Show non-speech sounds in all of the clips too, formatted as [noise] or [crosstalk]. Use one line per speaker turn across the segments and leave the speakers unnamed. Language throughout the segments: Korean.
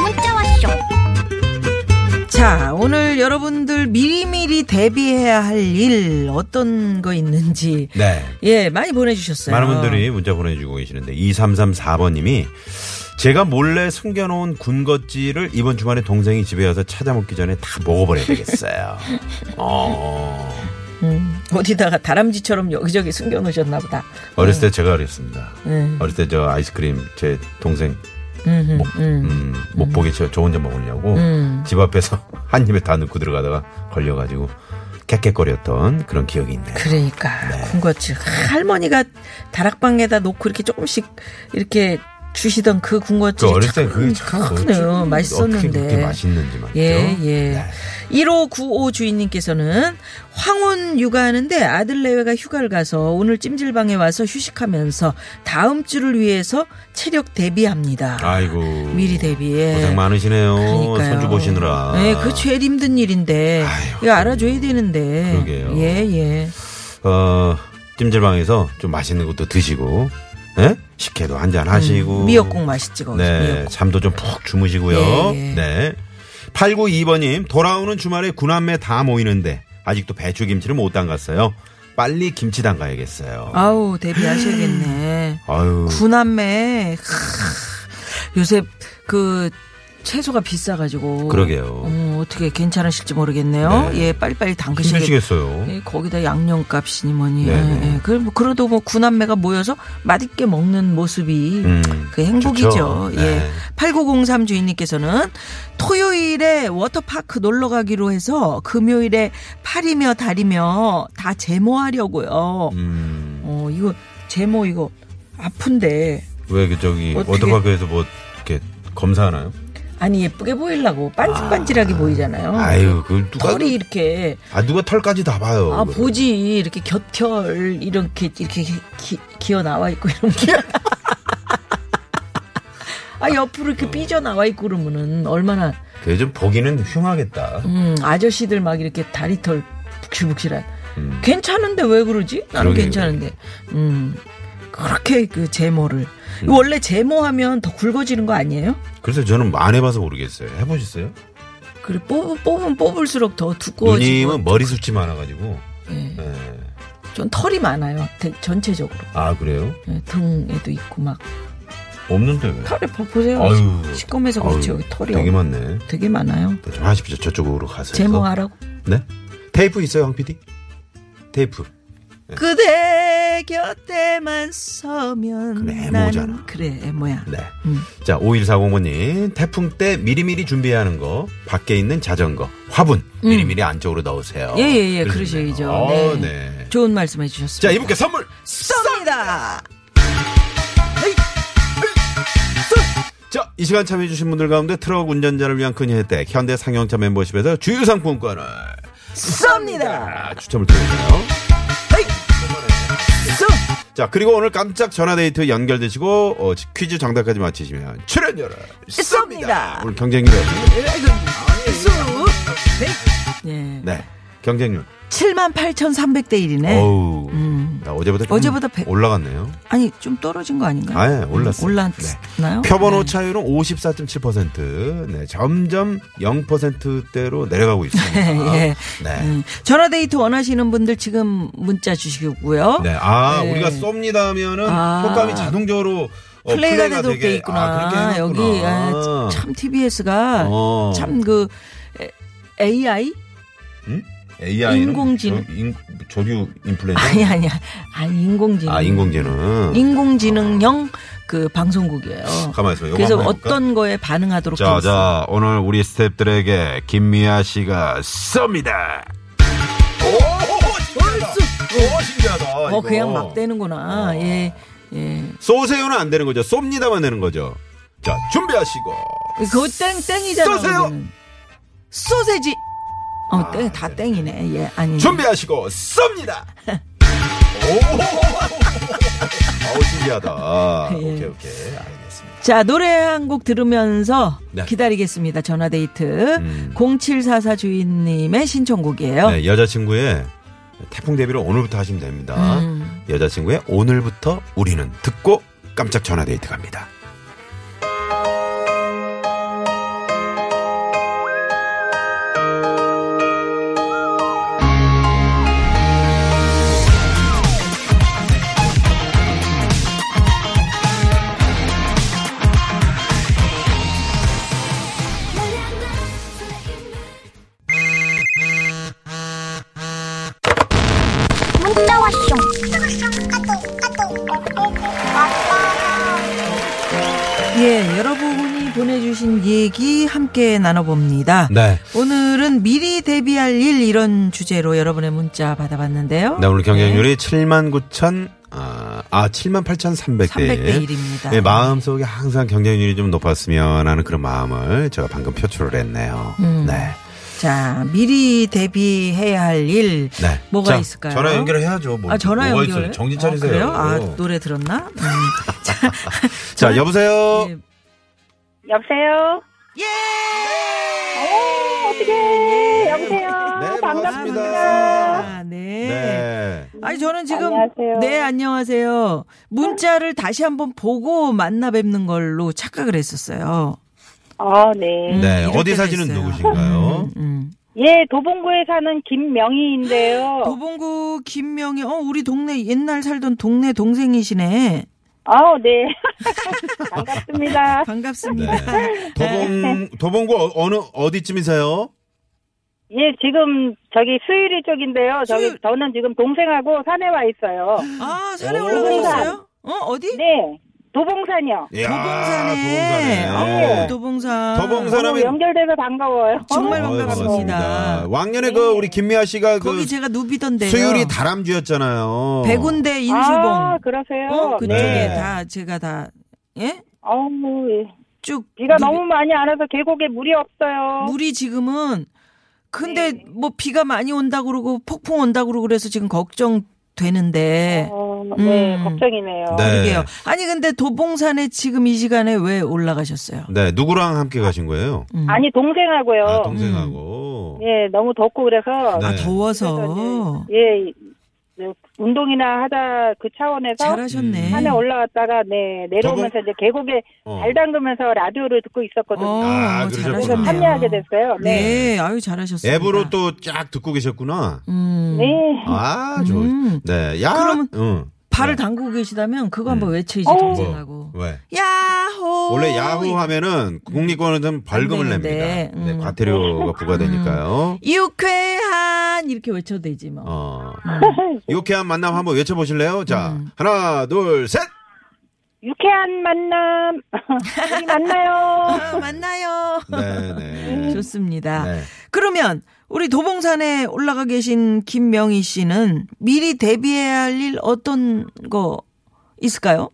문자 왔쇼
자, 오늘 여러분들 미리미리 대비해야 할 일 어떤 거 있는지
네.
예, 많이 보내 주셨어요.
많은 분들이 문자 보내주고 계시는데 2334번님이 제가 몰래 숨겨놓은 군것질을 이번 주말에 동생이 집에 와서 찾아먹기 전에 다 먹어버려야 되겠어요.
[laughs]
어.
어디다가 다람쥐처럼 여기저기 숨겨 놓으셨나 보다.
어렸을 때 제가 그랬습니다.
음.
어렸을 때 저 아이스크림 제 동생 못, 음, 못 보게 저, 저 혼자 먹으려고
음.
집 앞에서 [laughs] 한 입에 다 넣고 들어가다가 걸려가지고 캣캣거렸던 그런 기억이 있네요.
그러니까 군것질 할머니가 다락방에다 놓고 이렇게 조금씩 이렇게 주시던 그 군것질
그 어렸을 때 그게 참
크네요.
어찌-
맛있었는데.
어떻게 그렇게 맛있는지 말이죠.
예, 예.
네.
1595 주인님께서는 황혼 육아하는데 아들 내외가 휴가를 가서 오늘 찜질방에 와서 휴식하면서 다음 주를 위해서 체력 대비합니다.
아이고.
미리 대비해.
고생 많으시네요.
그러니까요.
손주 보시느라.
네, 그 제일 힘든 일인데.
아유,
이거 알아줘야 되는데.
그러게요.
예, 예.
어, 찜질방에서 좀 맛있는 것도 드시고, 예? 식혜도 한잔 하시고.
음, 미역국 맛있지, 거기서.
네,
미역국.
잠도 좀 푹 주무시고요.
예, 예.
네. 892번님, 돌아오는 주말에 군함에 다 모이는데, 아직도 배추김치를 못 담갔어요. 빨리 김치 담가야겠어요.
아우, 대비하셔야겠네.
아유.
군함매 요새 그 채소가 비싸가지고.
그러게요.
어, 어떻게 괜찮으실지 모르겠네요.
네.
예, 빨리빨리 담그시겠
힘드시겠어요.
예, 거기다 양념값이니 뭐니.
네, 네.
예, 예. 그, 뭐, 그래도 뭐, 군함매가 모여서 맛있게 먹는 모습이
음,
그 행복이죠.
좋죠. 네.
예. 8903 주인님께서는 토요일에 워터파크 놀러 가기로 해서 금요일에 팔이며 다리며 다 제모하려고요.
음,
어, 이거 제모 이거 아픈데
왜 그 저기,
어떻게-
워터파크에서 뭐, 이렇게 검사하나요?
아니 예쁘게 보이려고 반질반질하게 보이잖아요.
아유, 그 누가
어.
어, 뭐.
털이 이렇게
아 누가 털까지 다 봐요.
아
그걸.
보지 이렇게 곁털 이렇게 이렇게 기, 기어 나와 있고 이런 게. [laughs] 아 옆으로 이렇게 삐져 나와 있고 그러면은 얼마나
그게 좀 보기는 흉하겠다.
음, 아저씨들 막 이렇게 다리털 북실북실한.
음.
괜찮은데 왜 그러지? 나는
그러게요. 음.
괜찮은데. 음. 그렇게 그 제모를. 원래 제모하면 더 굵어지는 거 아니에요?
그래서 저는 안 해봐서 모르겠어요. 해보셨어요?
그리고 뽑, 뽑으면 뽑을수록 더 두꺼워지고.
누님은 머리숱이 많아가지고.
뭐 예.
예.
전 털이 많아요. 대- 전체적으로.
아 그래요?
예, 등에도 있고 막.
없는데 왜?
털이 봐- 보세요.
아유.
시꺼매서 그렇지.
아유,
여기 털이
되게
되게,
많네.
되게 많아요.
좀 하십시오. 저쪽으로 가세요.
제모하라고.
네? 테이프 있어요, 황 PD? 테이프. 네.
그대 곁에만 서면
그래,
나는-
애모잖아.
그래 애모야.
네.
음.
자, 5140번님. 태풍 때 미리미리 준비해야 하는 거. 밖에 있는 자전거, 화분. 미리미리 안쪽으로 넣으세요.
음. 예, 예, 예,
어, 그러시네요.
그러셔야죠.
어,
네.
네.
좋은 말씀 해주셨습니다.
자, 이분께 선물!
쏩니다.
자, 이 시간 참여해주신 분들 가운데 트럭 운전자를 위한 큰 혜택, 현대 상용차 멤버십에서 주유상품권을
쏩니다.
아, 추첨을 드리고요.
쏩.
자, 그리고 오늘 깜짝 전화데이트 연결되시고, 어, 퀴즈 정답까지 맞히시면 출연료를 쏩니다.
쏩니다.
오늘 경쟁률.
쏩. 네.
네. 경쟁률.
78,300대 1이네.
어우. 나 음. 어제보다 좀
어제보다 백-
올라갔네요.
아니, 좀 떨어진 거 아닌가요?
아예 올랐어요. 네.
올랐나요?
표본 오차율은 54.7%. 네, 점점 0%대로 내려가고 [laughs] 있습니다.
예.
네.
음. 전화데이트 원하시는 분들 지금 문자 주시고요.
네. 아,
네.
우리가 쏩니다 하면은
아.
효과음이 자동적으로 어,
플레이가 되도록 돼
아,
있구나.
그렇게 해놨구나.
여기 아, 참 TBS가
어. 네.
참 그 AI
AI는
인공지능.
조, 인, 조류 인플레이션.
아니 아니야. 아니 인공지능.
아, 인공지능.
인공지능형 그 방송국이에요.
가만 있어봐. 요거
그래서
한번 해볼까?
어떤 거에 반응하도록
자,
돼 있어요.
자, 오늘 우리 스탭들에게 김미아 씨가 쏩니다. 오, 신기하다.
어
이거.
그냥 막 되는구나.
어.
예. 예.
쏘세요는 안 되는 거죠. 쏩니다만 되는 거죠. 자, 준비하시고.
그거 땡땡이잖아.
쏘세요.
그거는. 소세지. 어,
아,
땡, 다
네.
[laughs] 땡이네. 예, 아니.
준비하시고 쏩니다. 오! 어우, 신기하다.
[laughs] 예.
오케이, 오케이. 알겠습니다.
자, 노래 한 곡 들으면서
네.
기다리겠습니다. 전화데이트.
음.
0744 주인님의 신청곡이에요.
네, 여자친구의 태풍 데뷔를 오늘부터 하시면 됩니다.
음.
여자친구의 오늘부터 우리는 듣고 깜짝
[laughs]
전화데이트 갑니다.
문자 왔쇼
예, 여러분이 보내주신 얘기 함께 나눠봅니다.
네.
오늘은 미리 데뷔할 일 이런 주제로 여러분의 문자 받아봤는데요.
네, 오늘 경쟁률이 7만 9천, 아, 아 7만 8,300대
300대 네, 일입니다.
네, 마음속에 항상 경쟁률이 좀 높았으면 하는 그런 마음을 제가 방금 표출을 했네요.
음.
네.
자, 미리 데뷔해야 할 일
네.
뭐가
자,
있을까요?
전화 연결해야죠. 뭐,
아, 전화
뭐가
연결.
있어요? 정신 차리세요.
아, 그래요? 아, 노래 들었나? 음.
자, 여보세요.
예.
여보세요?
예!
어떻게 여보세요?
네, 반갑습니다.
반갑습니다.
아, 예! 네.
네.
아니 저는 지금
안녕하세요.
네 안녕하세요. 문자를 다시 한번 보고 만나 뵙는 걸로 착각을 했었어요.
아, 네.
네,
음, 이럴
어디
때가
사시는
있어요.
누구신가요?
음.
예, 도봉구에 사는 김명희인데요.
도봉구 김명희 어 우리 동네 옛날 살던 동네 동생이시네.
아우, 네. [laughs] 반갑습니다.
반갑습니다.
네. 도봉, 도봉구 어- 어느, 어디쯤이세요?
예, 지금 저기 수유리 쪽인데요. 저기
수유-
저는 지금 동생하고 산에 와 있어요.
아 산에
오.
올라가셨어요? 어 어디?
네. 도봉산이요.
이야,
도봉산에.
도봉산에.
어, 도봉산.
도봉산
오늘
하면
연결돼서 반가워요.
그 정말
어이,
반갑습니다. 네.
반갑습니다. 왕년에 그 우리 김미아 씨가
거기
그
제가 누비던데요.
수유리 다람쥐였잖아요.
백운대 인수봉.
아, 그러세요?
어 그쪽에
네.
다 제가 다 예?
아우, 예.
쭉
비가
누비-
너무 많이 안 와서 계곡에 물이 없어요.
물이 지금은 근데
네.
뭐 비가 많이 온다 그러고 폭풍 온다 그러고 그래서 지금 걱정되는데
어, 네,
음.
걱정이네요.
네.
그게요. 아니 근데 도봉산에 지금 이 시간에 왜 올라가셨어요?
네, 누구랑 함께 가신 거예요?
음.
아니 동생하고요.
아, 동생하고.
예, 너무 덥고 그래서
네.
아, 더워서 그렇죠.
그래서 이제, 예 이제 운동이나 하다 그 차원에서
잘하셨네. 어,
산에 올라갔다가 네 내려오면서
저번-
이제 계곡에
어.
발 담그면서 라디오를 듣고
어,
있었거든요.
아,
어,
그러셨구나.
잘하셨네요.
참여하게 됐어요. 네.
네, 아유 잘하셨어요.
앱으로 또 쫙 듣고 계셨구나.
음.
네. [laughs]
아, 좋.
음.
네, 야.
그러면-
응.
발을 담그고 계시다면 그거
네.
한번 외쳐야지
어.
동생하고.
뭐, 왜?
야호.
원래 야후 하면은 국립공원은 좀 벌금을
안
냅니다.
되는데.
네,
음.
과태료가 부과되니까요.
유쾌한 이렇게 외쳐도 되지 뭐.
어. 유쾌한 만남 한번 외쳐보실래요? 자,
음.
하나, 둘, 셋!
유쾌한 만남 [laughs] 우리 만나요.
아, 만나요. 음,
네, 네.
좋습니다.
네.
그러면 우리 도봉산에 올라가 계신 김명희 씨는 미리 데뷔해야 할 일 어떤 거 있을까요?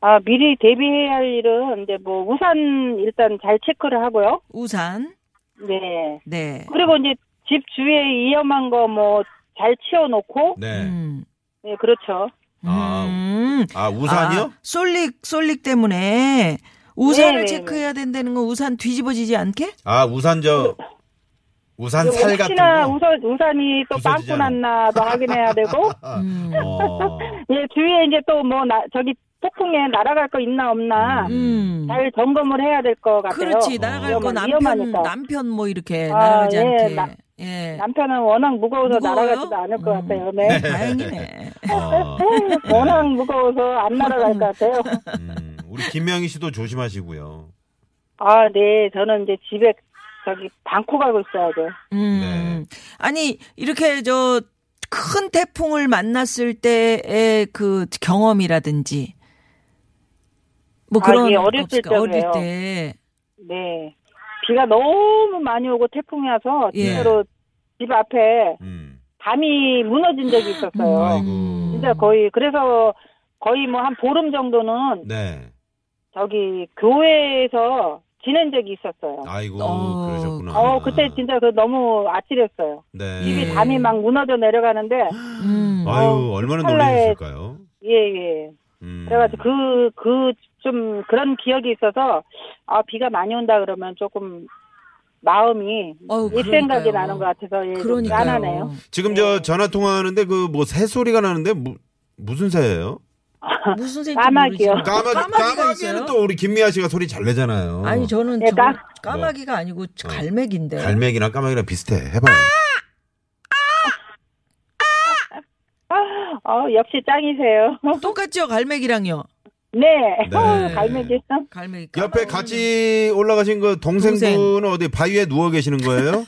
아 미리 대비해야 할 일은 이제 뭐 우산 일단 잘 체크를 하고요.
우산.
네.
네.
그리고 이제 집 주위에 위험한 거 뭐 잘 치워놓고
네.
음.
네 그렇죠.
아,
음.
아, 우산이요?
아, 솔릭 솔릭 때문에 우산을
네, 네,
체크해야 된다는 건 우산 뒤집어지지 않게?
아, 우산 저, 우산
그리고
살 같은
혹시나
거.
우산, 우산이 또 빵꾸
부서지잖아.
났나도 뭐 확인해야
[laughs]
되고,
음.
어.
예, 주위에 이제 또 뭐, 나, 저기 폭풍에 날아갈 거 있나 없나
음.
잘 점검을 해야 될 것 같아요.
그렇지. 날아갈 거
위험하-
남편
위험하니까.
남편 뭐 이렇게
아,
날아가지
예,
않게.
나-
예.
남편은 워낙 무거워서
무거워요?
날아가지도 않을 것
음.
같아요.
[laughs]
네. [laughs]
다행이네.
어.
워낙 무거워서 안 날아갈 것 같아요.
음, 우리 김명희 씨도 조심하시고요.
아, 네. 저는 이제 집에 저기 방코 가고 있어야죠.
음.
네.
아니, 이렇게 저 큰 태풍을 만났을 때의 그 경험이라든지 뭐
아,
그런
예,
거
어렸을
없을까?
때
어릴
그래요.
때.
네. 비가 너무 많이 오고 태풍이 와서
예.
진짜로 집 앞에
음.
담이 무너진 적이 있었어요.
아이고.
진짜 거의 그래서 거의 뭐 한 보름 정도는
네.
저기 교회에서 지낸 적이 있었어요.
아이고,
어,
그러셨구나.
어 그때 진짜 그 너무 아찔했어요.
네.
입이
담이 막 무너져 내려가는데
음.
아유, 얼마나
찰나에-
놀라셨을까요?
예, 예.
음.
어, 그래가지고 그, 그, 좀 그런 기억이 있어서, 아, 비가 많이 온다 그러면 조금 마음이
어우,
옛 생각이
그러니까요.
나는 것 같아서 예, 좀
그러니까요.
짠하네요.
지금 저 전화 통화하는데 그 뭐 새 소리가 나는데 무, 무슨 새예요?
[laughs]
무슨 생각
까마귀요.
까마,
까마귀가
까마귀는
있어요?
또 우리 김미아 씨가 소리 잘 내잖아요.
아니 저는
예,
저거
까-
까마귀가 아니고 저 갈매기인데.
네. 갈매기랑 까마귀랑 비슷해. 해봐요.
어, 역시 짱이세요. [laughs]
똑같죠 갈매기랑요.
네.
네.
어, 갈매기.
갈매기.
옆에
까마귀는-
같이 올라가신 그 동생분은 어디 바위에 누워 계시는
[laughs]
거예요?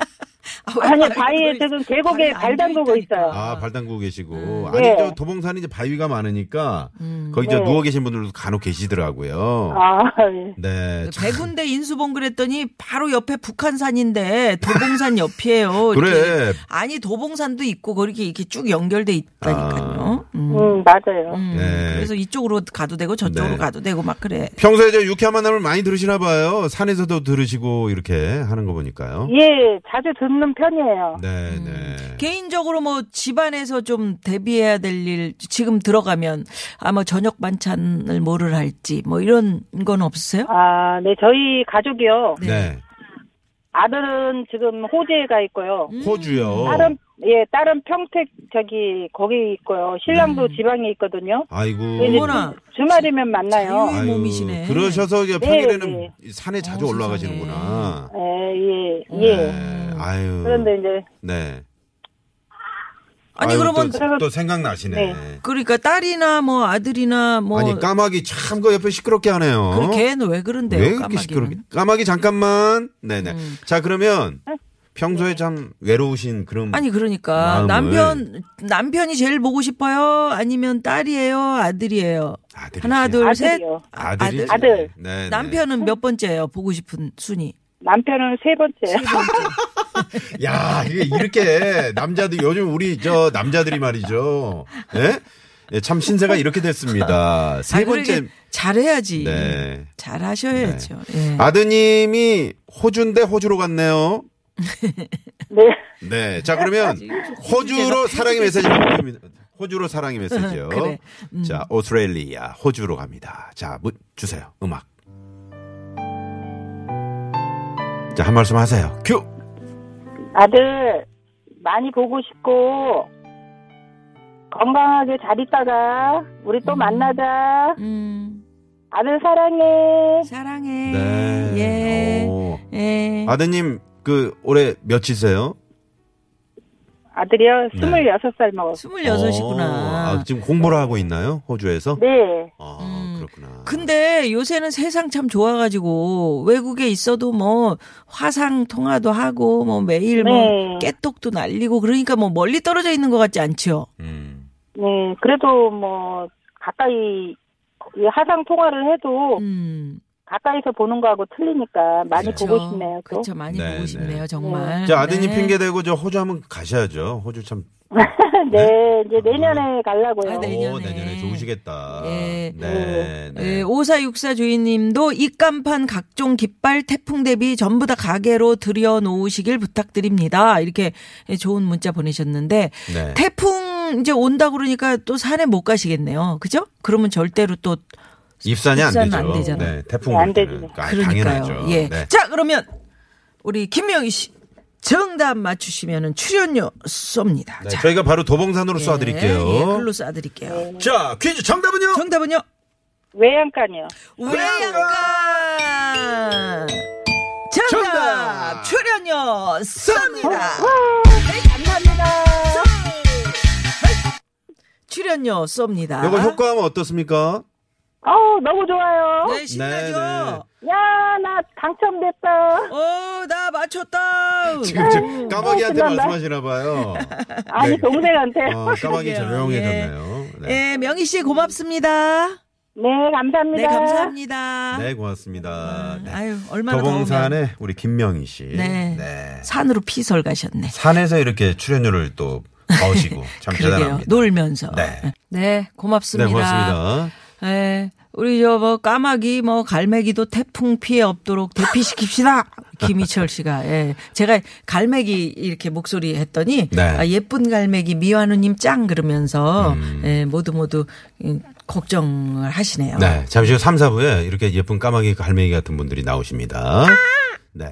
아, 왜
아니,
발이
바위에
들어있-
지금 계곡에
발이 안
발 담그고
들어있다니까.
있어요.
아, 발 담그고 계시고.
음.
아니,
네.
저 도봉산이 이제 바위가 많으니까
음.
거기 저
네.
누워 계신 분들도 간혹 계시더라고요.
아, 예.
네. 참.
백운대 인수봉 그랬더니 바로 옆에 북한산인데 도봉산 옆이에요. 이렇게.
[laughs] 그래.
아니 도봉산도 있고 그렇게 이렇게 쭉 연결돼 있다니까요.
아.
음.
음, 맞아요.
음.
네.
그래서 이쪽으로 가도 되고 저쪽으로
네.
가도 되고 막 그래.
평소에 저 유쾌한 만남을 많이 들으시나 봐요. 산에서도 들으시고 이렇게 하는 거 보니까요.
예, 자주 듣는 편이에요.
음.
네, 네.
개인적으로 뭐 집안에서 좀 대비해야 될 일 지금 들어가면 아마 저녁 반찬을 뭐를 할지 뭐 이런 건 없으세요?
아, 네, 저희 가족이요.
네.
아들은 지금 호주에 가 있고요.
음.
음.
호주요.
딸은, 예, 딸은 평택, 저기, 거기 있고요. 신랑도 지방에 있거든요.
아이고.
이제
어머나.
주말이면 만나요.
자유- 네, 몸이시네.
그러셔서 이제
네,
평일에는 산에
어,
자주
세상에.
올라가시는구나.
예, 예, 예.
네.
음.
아유.
그런데 이제,
네.
아니
아유,
그러면
또, 또 생각나시네.
네.
그러니까 딸이나 뭐 아들이나 뭐
아니 까마귀 참 그 옆에 시끄럽게 하네요.
그 걔는 왜 그런데요?
어? 왜 이렇게
까마귀는? 음.
시끄럽게? 까마귀 잠깐만. 네네. 자 그러면 평소에 참 외로우신 그런
네. 아니 그러니까
마음을.
남편 남편이 제일 보고 싶어요? 아니면 딸이에요? 아들이에요?
아들이지.
하나 둘 셋.
아들이요.
아,
아들이
아들.
아들.
네,
남편은 몇 번째예요? 보고 싶은 순위.
남편은 세 번째.
야 이게 이렇게 남자들 요즘 우리 저 남자들이 말이죠. 예? 예, 참 신세가 이렇게 됐습니다. 세
아,
번째.
그러게 잘해야지.
네. 아.
잘하셔야죠. 예.
아드님이 호주인데 호주로 갔네요.
[laughs] 네.
네. 자, 그러면 호주로 사랑의 메시지 보냅니다. 호주로 사랑의 메시지요.
아, 그래. 음.
자, 오스트레일리아 호주로 갑니다. 자, 문 주세요. 음악. 자, 한 말씀 하세요. 큐.
아들, 많이 보고 싶고, 건강하게 잘 있다가, 우리 또 만나자.
음,
아들 사랑해.
사랑해.
네.
예.
오.
예.
아드님 그 올해 몇이세요?
아들이요,
네.
26살 먹었어.
어, 아,
26이구나.
지금 공부를 하고 있나요? 호주에서?
네.
아,
음.
그렇구나.
근데 요새는 세상 참 좋아가지고 외국에 있어도 뭐 화상 통화도 하고 뭐 매일 뭐
네.
깨똑도 날리고 그러니까 뭐 멀리 떨어져 있는 것 같지 않죠?
음.
네. 그래도 뭐, 가까이, 이 하상 통화를 해도
음.
가까이서 보는 거하고 틀리니까 많이
그렇죠.
보고 어, 싶네요. 또.
그렇죠. 많이
네,
보고
네.
싶네요. 정말.
자, 아드님
네.
핑계 대고 저 호주 한번 가셔야죠. 호주 참
[laughs] 네, 이제 내년에 가려고요.
아, 네.
오,
내년에.
내년에 좋으시겠다.
예.
네.
네.
네.
5464 주인님도 입간판 각종 깃발 태풍 대비 전부 다 가게로 들여놓으시길 부탁드립니다. 이렇게 좋은 문자 보내셨는데
네.
태풍 이제 온다 그러니까 또 산에 못 가시겠네요. 그죠? 그러면 절대로 또
입산이 안
입산은
되죠.
안 되잖아.
네, 태풍
네, 안
올 때는.
되죠.
아,
그러니까요.
당연하죠.
예.
네.
자, 그러면 우리 김명희 씨 정답 맞추시면은 출연료 쏩니다.
네,
자.
저희가 바로
예,
도봉산으로 쏴
예, 글로
드릴게요.
쏴 드릴게요.
자, 퀴즈 정답은요?
정답은요?
외양간이요.
외양간 정답,
정답!
출연료 쏩니다
감사합니다.
출연료 쏩니다
요거 효과하면 어떻습니까?
어우, 너무 좋아요.
네 신나죠
네,
야, 나 당첨됐다.
어나 맞췄다
지금 저 까마귀한테
신난다.
말씀하시나 봐요.
아니,
네.
동생한테.
[laughs]
어, 까마귀 조용해졌네요. 네.
예 명희 씨 고맙습니다
네, 감사합니다.
네 감사합니다
네, 고맙습니다. 네.
아유 얼마나 더우면
도봉산에 우리 김명희 씨.
네.
네.
산으로 피설 가셨네
산에서 이렇게 출연료를 또 거시고 참
[laughs] 그러게요
대단합니다.
놀면서 아,
네.
네, 고맙습니다
네, 고맙습니다.
예. 우리 저 뭐 까마귀 뭐 갈매기도 태풍 피해 없도록 대피시킵시다. 김희철 씨가 예. 제가 갈매기 이렇게 목소리 했더니
네.
아, 예쁜 갈매기 미완우님 짱 그러면서 예, 모두 모두 음, 걱정을 하시네요.
네, 잠시 후 3, 4부에 이렇게 예쁜 까마귀 갈매기 같은 분들이
아!
나오십니다. 네.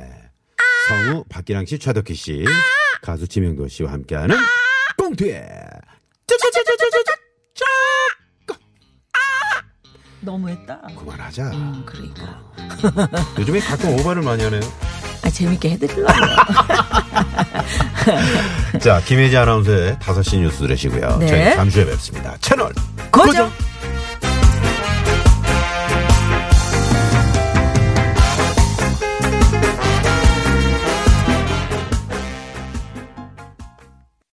성우 박기랑 씨, 최덕희 씨,
아!
가수 지명도 씨와 함께하는 꽁트에 짜짜짜짜짜짜
너무했다.
그만하자.
음, 그러니까.
요즘에 가끔 오바를 많이 하네요.
아, 재밌게 해드릴라.
자, 김혜지 아나운서의 5시 뉴스 들으시고요.
네.
저희 잠시 후에 뵙습니다. 채널
고정.